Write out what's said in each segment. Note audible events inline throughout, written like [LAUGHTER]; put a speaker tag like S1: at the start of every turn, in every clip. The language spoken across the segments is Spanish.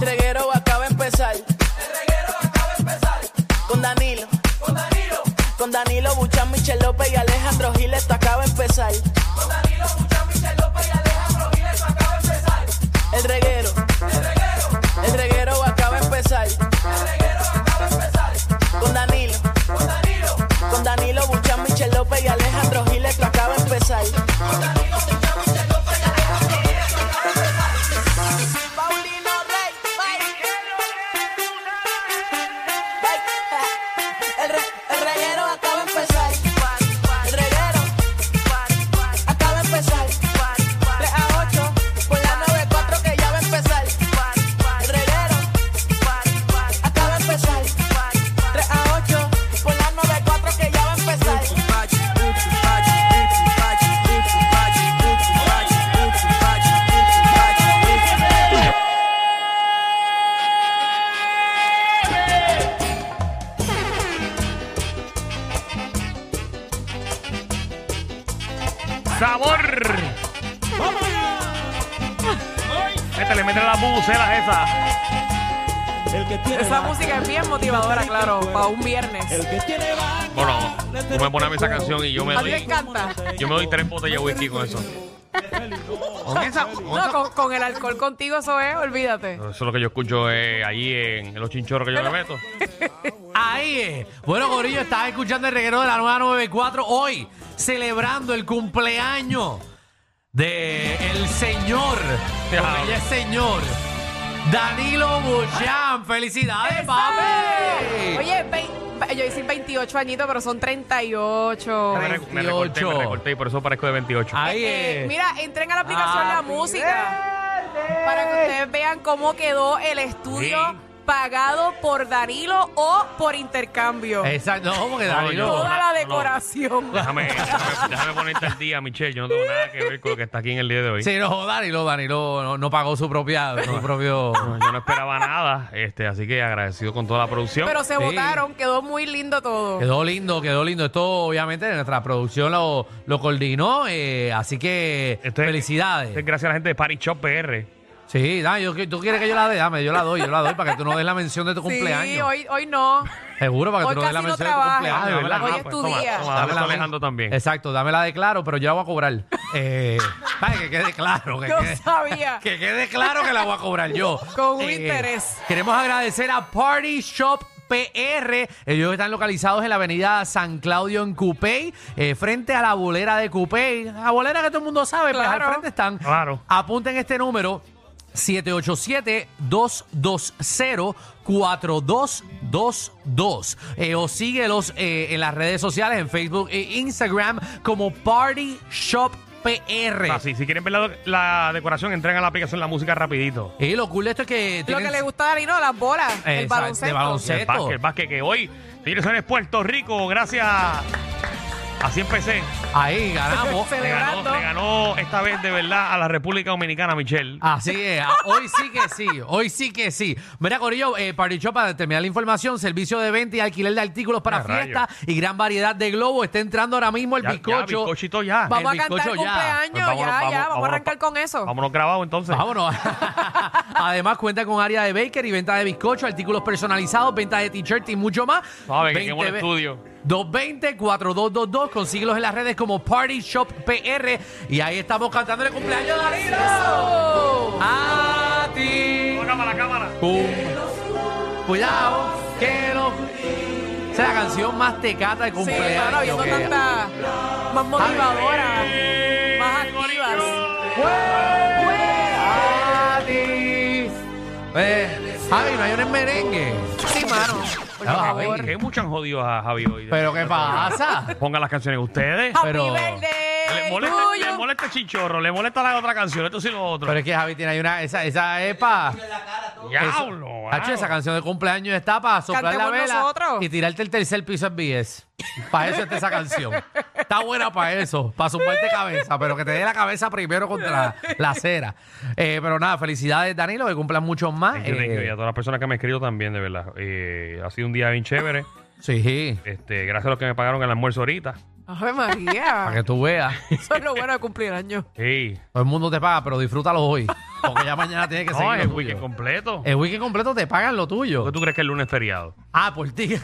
S1: reguero acaba de empezar. El reguero acaba de empezar. Con Danilo. Con Danilo. Con Danilo Buchan, Michel López y Alejandro Giles, esto acaba de empezar. Con Danilo Buchan, Michel López y Alejandro Giles, esto acaba de empezar. El reguero. El reguero. El reguero acaba de empezar. El reguero acaba de empezar. Con Danilo. Con Danilo. Con Danilo Buchan, Michel López y Alejandro Giles, esto acaba de empezar. Paulino Rey, El, re- el reguero acaba de empezar. El reguero acaba de empezar. 3 a 8 por la 94 que ya va a empezar. El reguero acaba de empezar. 3 a 8 por la 94 que ya va a empezar.
S2: ¡Sabor! Métele, métele las bubucelas esas.
S3: Esa música es bien motivadora, claro, para un viernes.
S2: Bueno, tú me pones esa canción y yo me
S3: A ti te
S2: doy,
S3: encanta.
S2: yo me doy tres botellas de whisky con eso. Con esa, con
S3: No,
S2: esa-
S3: con, con el alcohol contigo, eso es, olvídate.
S2: Eso es lo que yo escucho eh, ahí en, en los chinchorros que yo me meto.
S4: Ahí es. Bueno, Corillo, estás escuchando el reguero de la nueva 94 hoy, celebrando el cumpleaños de el señor,
S2: Diablo.
S4: porque ya es señor, Danilo Buchan. ¡Felicidades, papi!
S3: Oye, vein- ve- yo hice 28 añitos, pero son 38.
S2: Me, re- me recorté, me
S4: 28.
S2: recorté y por eso parezco de 28.
S4: Ahí
S3: Eh,
S4: es.
S3: mira, entren a la aplicación
S2: Ah,
S3: La
S4: Happy
S3: Música para que ustedes vean cómo quedó el estudio
S2: Sí.
S3: pagado por Danilo o por intercambio.
S4: Exacto, no, porque
S2: No, yo-
S4: Danilo.
S3: Toda la
S2: no.
S3: decoración.
S2: Déjame, déjame, déjame ponerte al día, Michelle. Yo no tengo nada que ver con lo que está aquí en el día de hoy.
S4: Sí, no, Danilo, Danilo no, no pagó su propia, su propio.
S2: No, Yo no esperaba nada, este, así que agradecido con toda la producción.
S3: Pero se
S4: Sí.
S3: votaron, quedó muy lindo todo.
S4: Quedó lindo, quedó lindo. Esto obviamente nuestra producción lo, lo coordinó, eh, así que
S2: Esto Este es-
S4: felicidades.
S2: Esto es gracias a la gente de Party Shop PR.
S4: Sí, da, yo, tú quieres que yo la dé, dame, yo la doy, yo la doy para que tú no des la mención de
S3: [LAUGHS]
S4: tu
S3: Sí,
S4: cumpleaños.
S3: hoy, hoy no.
S4: Seguro, para que
S3: hoy
S4: tú no des la
S3: casi no
S4: mención de tu
S3: trabaja.
S4: cumpleaños.
S3: Ah, de
S4: dame la-
S3: verdad. Hoy es tu
S2: toma,
S3: día.
S2: Toma, dame
S4: dame la-
S2: Alejandro también.
S4: Exacto, dame la de claro, pero yo la voy a cobrar. Eh, [LAUGHS] para que quede claro. Que
S3: Yo
S4: quede...
S3: sabía.
S4: Que quede claro que la voy a cobrar yo.
S3: [LAUGHS]
S4: Eh,
S3: Con un interés.
S4: Queremos agradecer a Party Shop. PR, ellos están localizados en la avenida San Claudio en Coupey, eh, frente a la bolera de Coupey. La bolera que todo el mundo sabe, pero
S3: Claro.
S4: al frente están.
S2: Claro.
S4: Apunten este número, 787-220-4222. Eh, o síguelos eh, en las redes sociales, en Facebook e Instagram, como Party Shop PR.
S2: Ah, sí, si quieren ver la, la decoración, entren a la aplicación La Música rapidito.
S4: Y Eh, lo cool de esto es que.
S3: Lo
S4: tienen-
S3: que le gusta a Danilo, las bolas, el
S4: Exacto,
S3: baloncesto.
S2: Y
S4: de
S2: el
S4: baloncesto.
S2: básquet, el básquet que hoy, señores, en Puerto Rico, gracias a 100PC.
S4: Ahí
S2: [LAUGHS]
S4: ganamos. eh,
S2: Le ganó,
S3: Celebrando.
S2: le ganó esta vez de verdad a la República Dominicana, Michelle.
S4: Así es, ah, hoy sí que sí, hoy sí que sí. Mira, Corillo, eh, Party Shop, para terminar la información, servicio de venta y alquiler de artículos para
S2: Ah,
S4: fiestas y gran variedad de globos. Está entrando ahora mismo el
S2: Ya- ya,
S4: bizcocho.
S2: bizcochito ya.
S3: Vamos
S4: el
S3: a cantar
S4: bizcocho ya.
S3: cumpleaños,
S2: Pues
S3: ya,
S2: vámonos, vamos-
S3: ya, vamos a
S2: vámonos
S3: arrancar
S2: pa-
S3: con eso.
S2: Vámonos grabados entonces.
S4: Vámonos. [LAUGHS] Además, cuenta con área de baker y venta de bizcocho, artículos personalizados, venta de t-shirt y mucho más.
S2: Sabe que qué buen
S4: ve-
S2: estudio.
S4: 220-4222. Consíguelos en las redes como Party Shop PR. Y ahí estamos cantando el cumpleaños de Danilo. A ti.
S2: La cámara, la cámara.
S4: Cum- Cuidado, que no. Esa es la canción más tecata de
S3: Sí,
S4: cumpleaños.
S3: mano, viendo
S4: que-
S3: tanta más motivadora, más activas.
S4: A ti. Eh, Javi, no hay un merengue.
S3: Sí, mano, por
S4: Ah,
S3: favor.
S4: ven.
S2: Que muchos han jodido a Javi hoy.
S4: ¿Pero qué pasa?
S3: [LAUGHS]
S2: Pongan las canciones ustedes.
S3: Happy
S4: pero-
S2: Le
S3: birthday,
S2: molesta,
S3: tuyo.
S2: le molesta el chinchorro, le molesta la otra canción, esto sí lo otro.
S4: Pero es que Javi tiene ahí una. Esa, esa es pa.
S2: Diablo,
S4: eso-
S2: wow.
S4: Hacho, esa canción de cumpleaños está para soplar la
S3: Cantemos
S4: vela
S3: nosotros.
S4: y tirarte el tercer piso en BS. Para eso está esa canción. Está buena para eso, para zumbarte cabeza, pero que te dé la cabeza primero contra la, la cera. Eh, pero nada, felicidades, Danilo, que cumplan muchos más.
S2: Thank you, thank you. Y a
S4: Eh,
S2: todas las personas que me escrito también, de verdad. Eh, ha sido un día bien chévere.
S4: sí,
S2: Este, gracias a los que me pagaron el almuerzo ahorita.
S3: Ave
S4: para
S3: María,
S4: que tú veas.
S3: eso es lo bueno de cumplir años.
S2: Sí.
S4: Todo el mundo te paga, pero disfrútalo hoy. Porque ya mañana tiene que seguir.
S2: No,
S4: lo
S2: es el
S4: tuyo. Eh,
S2: weekend completo.
S4: El weekend completo te pagan lo tuyo.
S2: ¿Por qué tú crees que el lunes es
S4: [LAUGHS]
S2: feriado?
S4: Ah, por ti.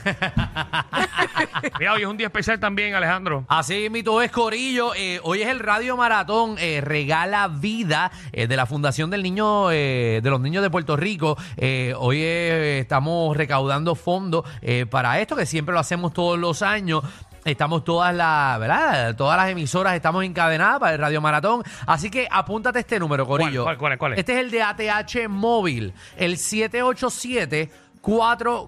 S2: Mira, hoy es un día especial también, Alejandro.
S4: Así mito es Corillo. Eh, hoy es el Radio Maratón eh, Regala Vida eh, de la Fundación del Niño eh, de los Niños de Puerto Rico. Eh, hoy eh, estamos recaudando fondos eh, para esto que siempre lo hacemos todos los años. Estamos todas las, ¿verdad? Todas las emisoras estamos encadenadas para el Radio Maratón. Así que apúntate este número, Corillo.
S2: cuál, cuál es, cuál es?
S4: Este es el de ATH móvil, el 787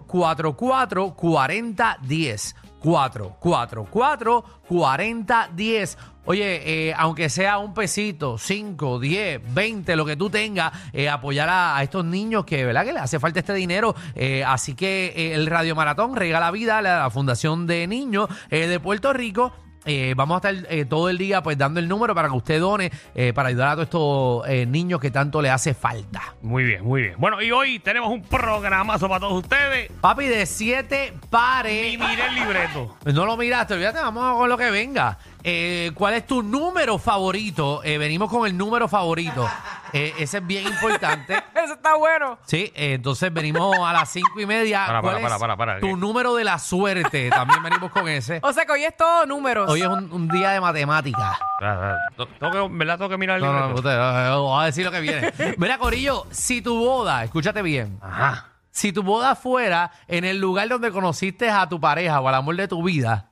S4: 444 4010. 444 4010. Oye, eh, aunque sea un pesito, 5, 10, 20, lo que tú tengas, eh, apoyar a, a estos niños que, ¿verdad? Que le hace falta este dinero. Eh, así que eh, el Radio Maratón regala vida a la, la Fundación de Niños eh, de Puerto Rico. Eh, vamos a estar eh, todo el día pues dando el número para que usted done eh, para ayudar a todos estos eh, niños que tanto le hace falta.
S2: Muy bien, muy bien. Bueno, y hoy tenemos un programazo para todos ustedes.
S4: Papi, de siete
S2: Y
S4: pares.
S2: mire el libreto.
S4: No lo miraste, olvídate, vamos con lo que venga. Eh, ¿Cuál es tu número favorito? Eh, venimos con el
S2: [LAUGHS]
S4: número favorito. Eh, ese es bien importante.
S3: Eso está bueno.
S4: Sí, eh, entonces venimos a las cinco y media.
S2: Para, para,
S4: ¿Cuál
S2: para,
S4: es
S2: para, para,
S4: Tu
S2: ¿qué?
S4: número de la suerte. También venimos con
S2: [LAUGHS]
S4: ese.
S3: O sea que hoy es todo números.
S4: Hoy es un, un día de matemáticas.
S2: Ah, ah, to- Tengo que, ¿Verdad? Tengo que mirar el
S4: No, no, no,
S2: libreto.
S4: usted, no, no, voy a decir lo que viene. Mira, Corillo, si tu boda, escúchate bien,
S2: Ajá.
S4: si tu boda fuera en el lugar donde conociste a tu pareja o al amor de tu vida,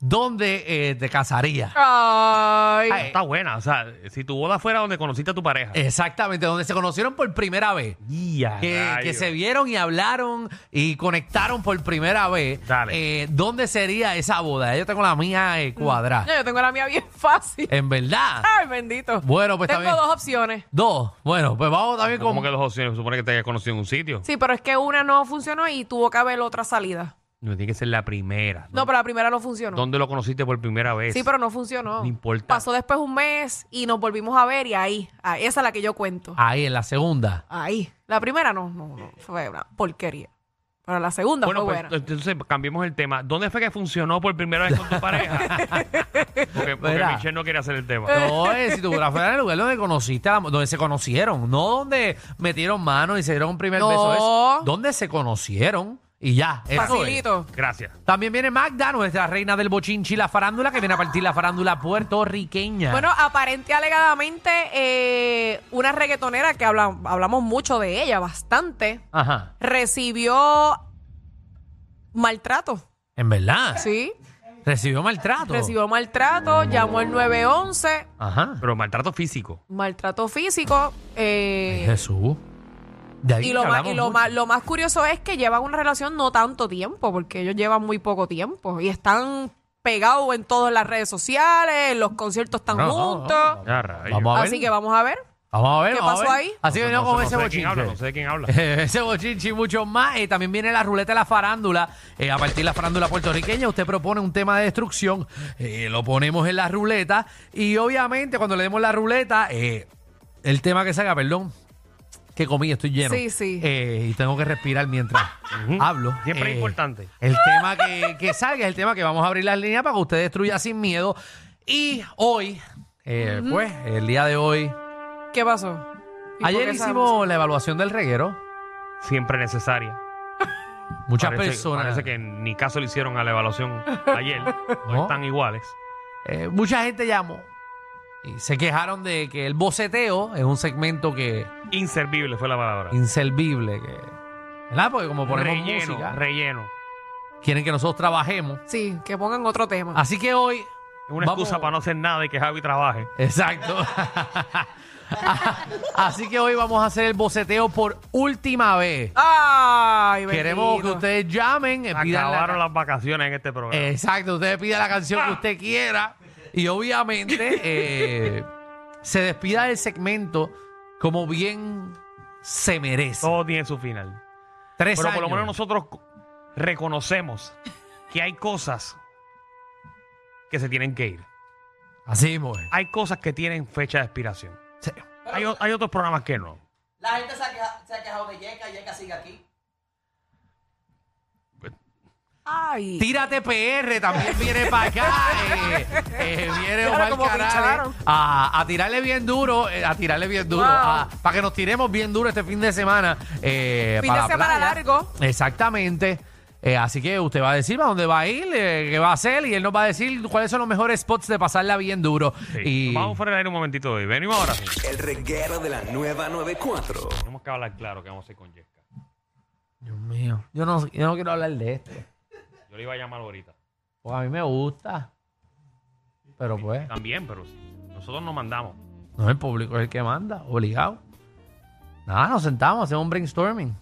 S4: ¿dónde eh, te casarías?
S3: Ay.
S4: Ay.
S2: Está buena. O sea, si tu boda fuera donde conociste a tu pareja.
S4: Exactamente, donde se conocieron por primera vez.
S2: Ya,
S4: Que, que
S2: rayos.
S4: se vieron y hablaron y conectaron por primera vez.
S2: Dale.
S4: eh, ¿Dónde sería esa boda? Ya Yo tengo la mía eh,
S3: No,
S4: cuadrada.
S3: yo tengo la mía bien [LAUGHS] fácil.
S4: En verdad.
S3: Ay, bendito.
S4: Eh, Bueno, pues está
S3: tengo
S4: bien.
S3: dos opciones.
S4: Dos. Bueno, pues vamos también con.
S2: ¿Cómo que los opciones? Se supone que te hayas conocido en un sitio.
S3: Sí, pero es que una no funcionó y tuvo que haber otra salida.
S2: No tiene que ser la primera.
S3: No, pero la primera no funcionó.
S2: ¿Dónde lo conociste por primera vez?
S3: Sí, pero no funcionó.
S2: No importa.
S3: Pasó después un mes y nos volvimos a ver y ahí, ah, esa es la que yo cuento.
S4: Ahí, en la segunda.
S3: Ahí. La primera no, no, no, fue una porquería. Pero la segunda
S2: Bueno,
S3: fue
S2: pues
S3: buena.
S2: entonces cambiemos el tema. ¿Dónde fue que funcionó por primera vez con tu pareja?
S3: [LAUGHS]
S2: Porque, porque
S4: Mira.
S2: Michelle no quiere hacer el tema.
S4: No, eh, si tu fuera fuera en el lugar donde conociste, a la- donde se conocieron, no donde metieron mano y se dieron un primer
S3: No.
S4: beso, es donde se conocieron y ya. eso es.
S3: Facilito.
S2: Gracias.
S4: También viene Magda, nuestra reina del bochinchi, y la farándula, que viene a partir la farándula puertorriqueña.
S3: Bueno, aparente y alegadamente, eh, una reggaetonera que habla- hablamos mucho de ella, bastante,
S4: Ajá,
S3: recibió maltrato.
S4: en verdad.
S3: Sí,
S4: Recibió maltrato.
S3: recibió maltrato, llamó el 911,
S4: Ajá.
S2: Pero maltrato físico.
S3: maltrato físico. eh,
S4: Ay, Jesús. De ahí
S3: Y, lo
S4: que
S3: más,
S4: hablamos
S3: y lo,
S4: mucho.
S3: más, lo más curioso es que llevan una relación no tanto tiempo, porque ellos llevan muy poco tiempo y están pegados en todas las redes sociales, en los conciertos están
S4: No, no, no,
S3: juntos.
S2: Ya, rayos.
S4: Vamos a ver.
S3: Así que vamos a ver.
S4: Vamos a ver.
S3: ¿Qué
S4: vamos a
S3: pasó
S4: ver.
S3: ahí?
S4: Así que
S2: No sé-
S4: venimos
S2: no
S4: con
S2: sé-
S4: ese
S2: no sé de quién
S4: bochinche.
S2: habla, No sé de quién habla.
S4: Eh, [LAUGHS] Ese bochinchi y mucho más. Eh, también viene la ruleta de la farándula. Eh, a partir de la farándula puertorriqueña, usted propone un tema de destrucción. eh, lo ponemos en la ruleta. Y obviamente, cuando le demos la ruleta, eh, el tema que salga, perdón, que comí, estoy lleno.
S3: Sí, sí.
S4: Eh, y tengo que respirar mientras
S2: Ujú.
S4: hablo.
S2: Siempre
S4: Eh,
S2: importante.
S4: El tema que, que salga es el tema que vamos a abrir las líneas para que usted destruya sin miedo. Y hoy, eh, pues, el día de hoy.
S3: ¿Qué pasó? ¿Y por
S4: Ayer
S3: qué esa
S4: hicimos
S3: música?
S4: la evaluación del reguero.
S2: Siempre necesaria.
S4: Muchas
S2: Parece-
S4: personas.
S2: Parece que ni caso le hicieron a la evaluación ayer.
S4: No.
S2: No están iguales.
S4: Eh, mucha gente llamó y se quejaron de que el boceteo es un segmento que
S2: Inservible fue la palabra.
S4: inservible, que ¿verdad? Porque como ponemos
S2: relleno,
S4: música,
S2: relleno.
S4: quieren que nosotros trabajemos.
S3: Sí, que pongan otro tema.
S4: Así que hoy [LAUGHS]
S2: Es una
S4: vamos-
S2: excusa para no hacer nada y que Javi trabaje.
S4: Exacto. [LAUGHS] Así que hoy vamos a hacer el boceteo por última vez.
S3: Ay, bendito.
S4: Ah. Queremos que ustedes llamen, eh, pidan la-
S2: Acabaron las vacaciones en este programa.
S4: Exacto, usted pida la canción que usted quiera y
S2: [LAUGHS]
S4: obviamente eh, se despida del segmento como bien se merece.
S2: Todo tiene su final.
S4: Tres
S2: Pero por lo
S4: años.
S2: menos nosotros co- reconocemos que hay cosas que se tienen que ir.
S4: Así mismo es.
S2: Hay cosas que tienen fecha de expiración.
S4: Sí.
S2: Hay, o- hay otros programas que no.
S1: La gente se ha queja- se ha quejado de Yeka, Yeka sigue aquí.
S3: Ay.
S4: Tírate PR también viene para acá. eh, eh, viene
S3: Claro,
S4: Omar
S3: como
S4: Canales
S3: pincharon.
S4: a, a tirarle bien duro, eh, a tirarle bien duro,
S3: Wow.
S4: para que nos tiremos bien duro este fin de semana. eh,
S3: Fin
S4: pa'
S3: de
S4: la
S3: semana
S4: playa.
S3: largo.
S4: Exactamente. Eh, así que usted va a decir para dónde va a ir, eh, qué va a hacer, y él nos va a decir cuáles son los mejores spots de pasarla bien duro.
S2: Sí.
S4: Y
S2: Vamos fuera del aire un momentito hoy. Venimos ahora sí.
S5: El reguero de la nueva 94.
S2: Tenemos que hablar claro que vamos a ir con Yesca.
S4: Dios mío, yo no, yo no quiero hablar de esto.
S2: Yo le iba a llamar ahorita.
S4: Porque a mí me gusta. Pero pues,
S2: También, pero sí. nosotros nos mandamos.
S4: no el público es el que manda, obligado. Nada, nos sentamos, hacemos un brainstorming.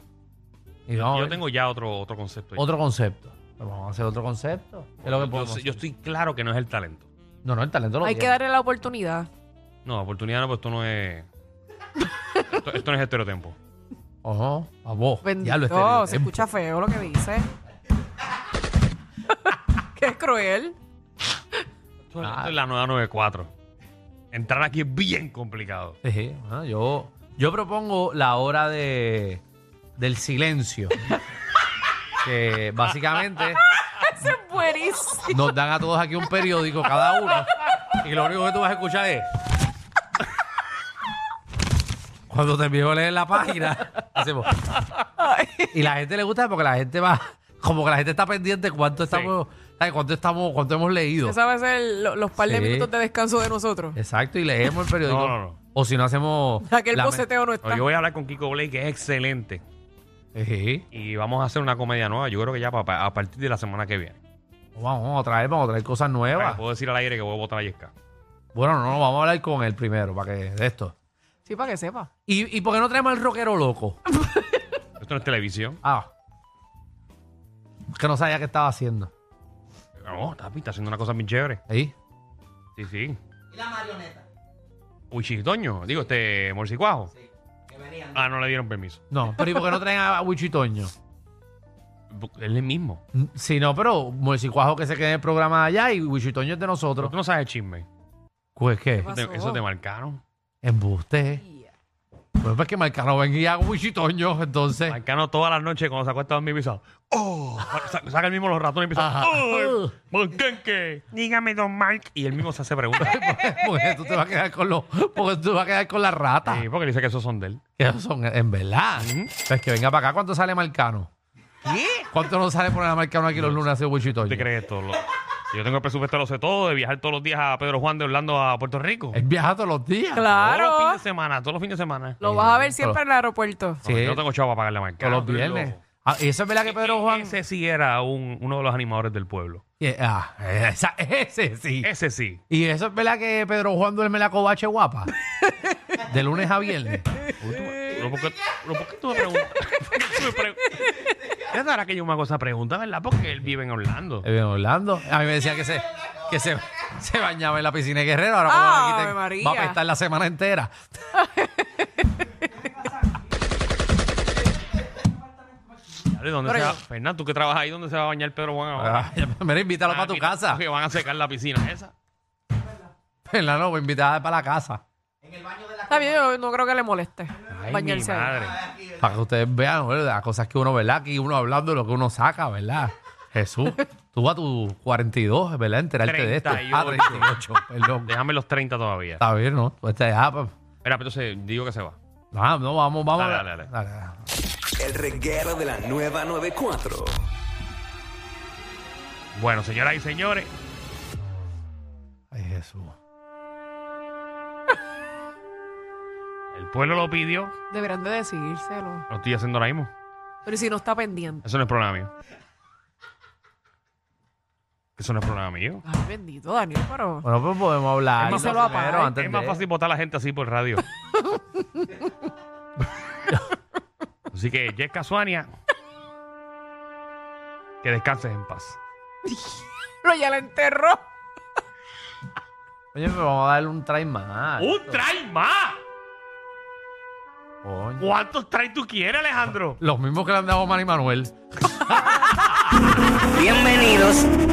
S4: Y vamos a
S2: Yo
S4: ver
S2: tengo ya otro, otro concepto.
S4: eh. otro concepto. Pero vamos a hacer otro concepto. ¿Qué es lo que
S2: Yo-
S4: podemos
S2: yo,
S4: hacer?
S2: yo estoy claro que no es el talento.
S4: No, no, el talento lo
S3: Hay que
S4: tiene.
S3: darle la oportunidad.
S2: No, oportunidad no, pues esto no es. [LAUGHS] esto, esto no es estereotempo.
S4: Ojo, a vos. Ya lo
S3: Bendito, se escucha feo lo que dice. [LAUGHS] Qué cruel.
S2: Esto,
S4: Ah.
S2: esto es la nueva 94. Entrar aquí es bien complicado.
S4: Sí, ah, yo, yo propongo la hora de, del silencio. que básicamente
S3: Ese es buenísimo.
S4: nos dan a todos aquí un periódico cada uno. Y lo único que tú vas a escuchar es. Cuando te envío a leer la página, hacemos. Y la gente le gusta porque la gente va. Como que la gente está pendiente cuánto estamos. ¿sabes? ¿Cuánto estamos, cuánto hemos leído?
S3: Esa va a ser lo- los par de
S4: Sí.
S3: minutos de descanso de nosotros.
S4: Exacto, y leemos el periódico.
S2: No, no, no.
S4: O si no hacemos.
S3: Aquel
S4: la me-
S3: boceteo no
S2: No,
S3: está.
S2: yo voy a hablar con Kiko Blake, que es excelente.
S4: Sí.
S2: Y vamos a hacer una comedia nueva. Yo creo que ya pa- pa- a partir de la semana que viene.
S4: Pues Vamos a traer, vamos a traer cosas nuevas.
S2: Puedo decir al aire que voy a votar a Yesca.
S4: Bueno, no, vamos a hablar con él primero, para que de esto.
S3: Sí, para que sepa.
S4: ¿Y, ¿Y por qué no traemos al rockero loco?
S2: Esto no es televisión.
S4: Ah. Es que no sabía qué estaba haciendo.
S2: No, papi, está haciendo una cosa bien chévere.
S4: Ahí.
S2: Sí, sí. ¿Y la marioneta? Uchidoño, digo, este morcicuajo. Sí, Ah, no le dieron permiso.
S4: No, pero ¿y por qué no traen a Wichitoño?
S2: Él es el mismo.
S4: Si no, pero Morcicuajo que se quede en el programa allá y Wichitoño es de
S2: Pero
S4: nosotros.
S2: tú no sabes el chisme.
S4: Pues qué,
S3: ¿Qué
S2: Te-
S3: pasó?
S2: eso te marcaron.
S4: embuste. ¿eh?
S3: Yeah.
S4: Pues es que Marcano venga y haga Wichitoño, entonces.
S2: Marcano todas las noches cuando se acuesta a dormir empieza. ¡Oh! Sa- Saca el mismo los ratones y empieza.
S4: Ajá. Uh.
S2: ¡Oh! ¡Manquenque! Dígame, don Mark. Y él mismo se hace preguntas.
S4: [LAUGHS] Porque tú te vas a quedar con los, porque tú te vas a quedar con la rata.
S2: Sí, porque él dice que esos son de él.
S4: Que esos son, en verdad. Pues que venga para acá, ¿cuánto sale Marcano? ¿Qué? ¿Cuánto nos sale poner a Marcano aquí los lunes a hacer Wichitoño?
S2: ¿Tú te crees esto? Lo- si yo tengo el presupuesto, lo sé todo, de viajar todos los días a Pedro Juan de Orlando a Puerto Rico.
S4: Él viaja todos los días.
S2: Todos los fines
S3: Claro.
S2: de semana, todos los fines de semana.
S3: Lo vas a ver siempre en el aeropuerto.
S4: Sí,
S2: No, yo no tengo chavo para pagarle a Marcano.
S4: todos los
S2: tú eres
S4: viernes.
S2: loco.
S4: Ah, y eso es verdad que Pedro Juan.
S2: Ese sí era un- uno de los animadores del pueblo.
S4: Eh, ah, esa- ese sí.
S2: Ese sí.
S4: Y eso es verdad que Pedro Juan duerme la covache guapa. De lunes a viernes.
S2: Uy, tú me- pero ¿Por qué, pero ¿por qué tú me preguntas? [LAUGHS] ¿Por qué tú me preguntas? [LAUGHS] Ya sabrás que yo me hago esa pregunta, ¿verdad? Porque él vive en Orlando.
S4: Eh, bien, Orlando. A mí me decía que se, que se, se bañaba en la piscina de Guerrero. Ahora
S3: Ay,
S4: cuando la quiten,
S3: María.
S4: va a apestar la semana entera.
S2: ¿De dónde
S3: Pero
S2: se va?
S3: yo- Ah,
S2: Fernando, tú que trabajas ahí, ¿dónde se va a bañar Pedro Juan ahora?
S4: Ay, Ah, Mira, invítalo para tu
S2: Aquí no,
S4: casa.
S2: Que van a secar la piscina esa.
S4: Verdad, no, invítala para la casa.
S3: Está bien, yo no creo que le moleste
S2: Ay, mi
S3: bañarse ahí.
S2: madre.
S4: Para que ustedes vean ¿verdad? las cosas que uno, ¿verdad? Aquí uno hablando de lo que uno saca, ¿verdad? Jesús, tú a tu 42, ¿verdad? Enterarte de esto. Ah,
S2: 38.
S4: 38, perdón.
S2: Déjame los 30 todavía.
S4: Está bien, ¿no? Pues te ah, pues,
S2: Espera, pero entonces digo que se va.
S4: ah, no, vamos, vamos.
S2: Dale, dale, dale.
S5: El reguero de la nueva 94.
S2: Bueno, señoras y señores,
S4: Ay, Jesús.
S2: el pueblo lo pidió.
S3: Deberán de decírselo.
S2: Lo estoy haciendo ahora mismo.
S3: Pero si no está pendiente.
S2: Eso no es problema mío. Eso no es problema mío.
S3: Ay, bendito, Daniel, pero...
S4: Bueno, pues podemos hablar.
S3: Es más
S4: Pero
S3: fácil-
S4: primero,
S3: es
S4: antes
S2: Es más
S4: de-
S2: fácil votar a la gente así por radio. así que, Jessica Suania, que descanses en paz.
S3: Pero ya la enterró.
S4: Oye, pero vamos a darle un try más.
S2: ¡Un try más!
S4: Coño.
S2: ¿Cuántos try tú quieres, Alejandro?
S4: Los mismos que le han dado a Manny Manuel.
S1: Bienvenidos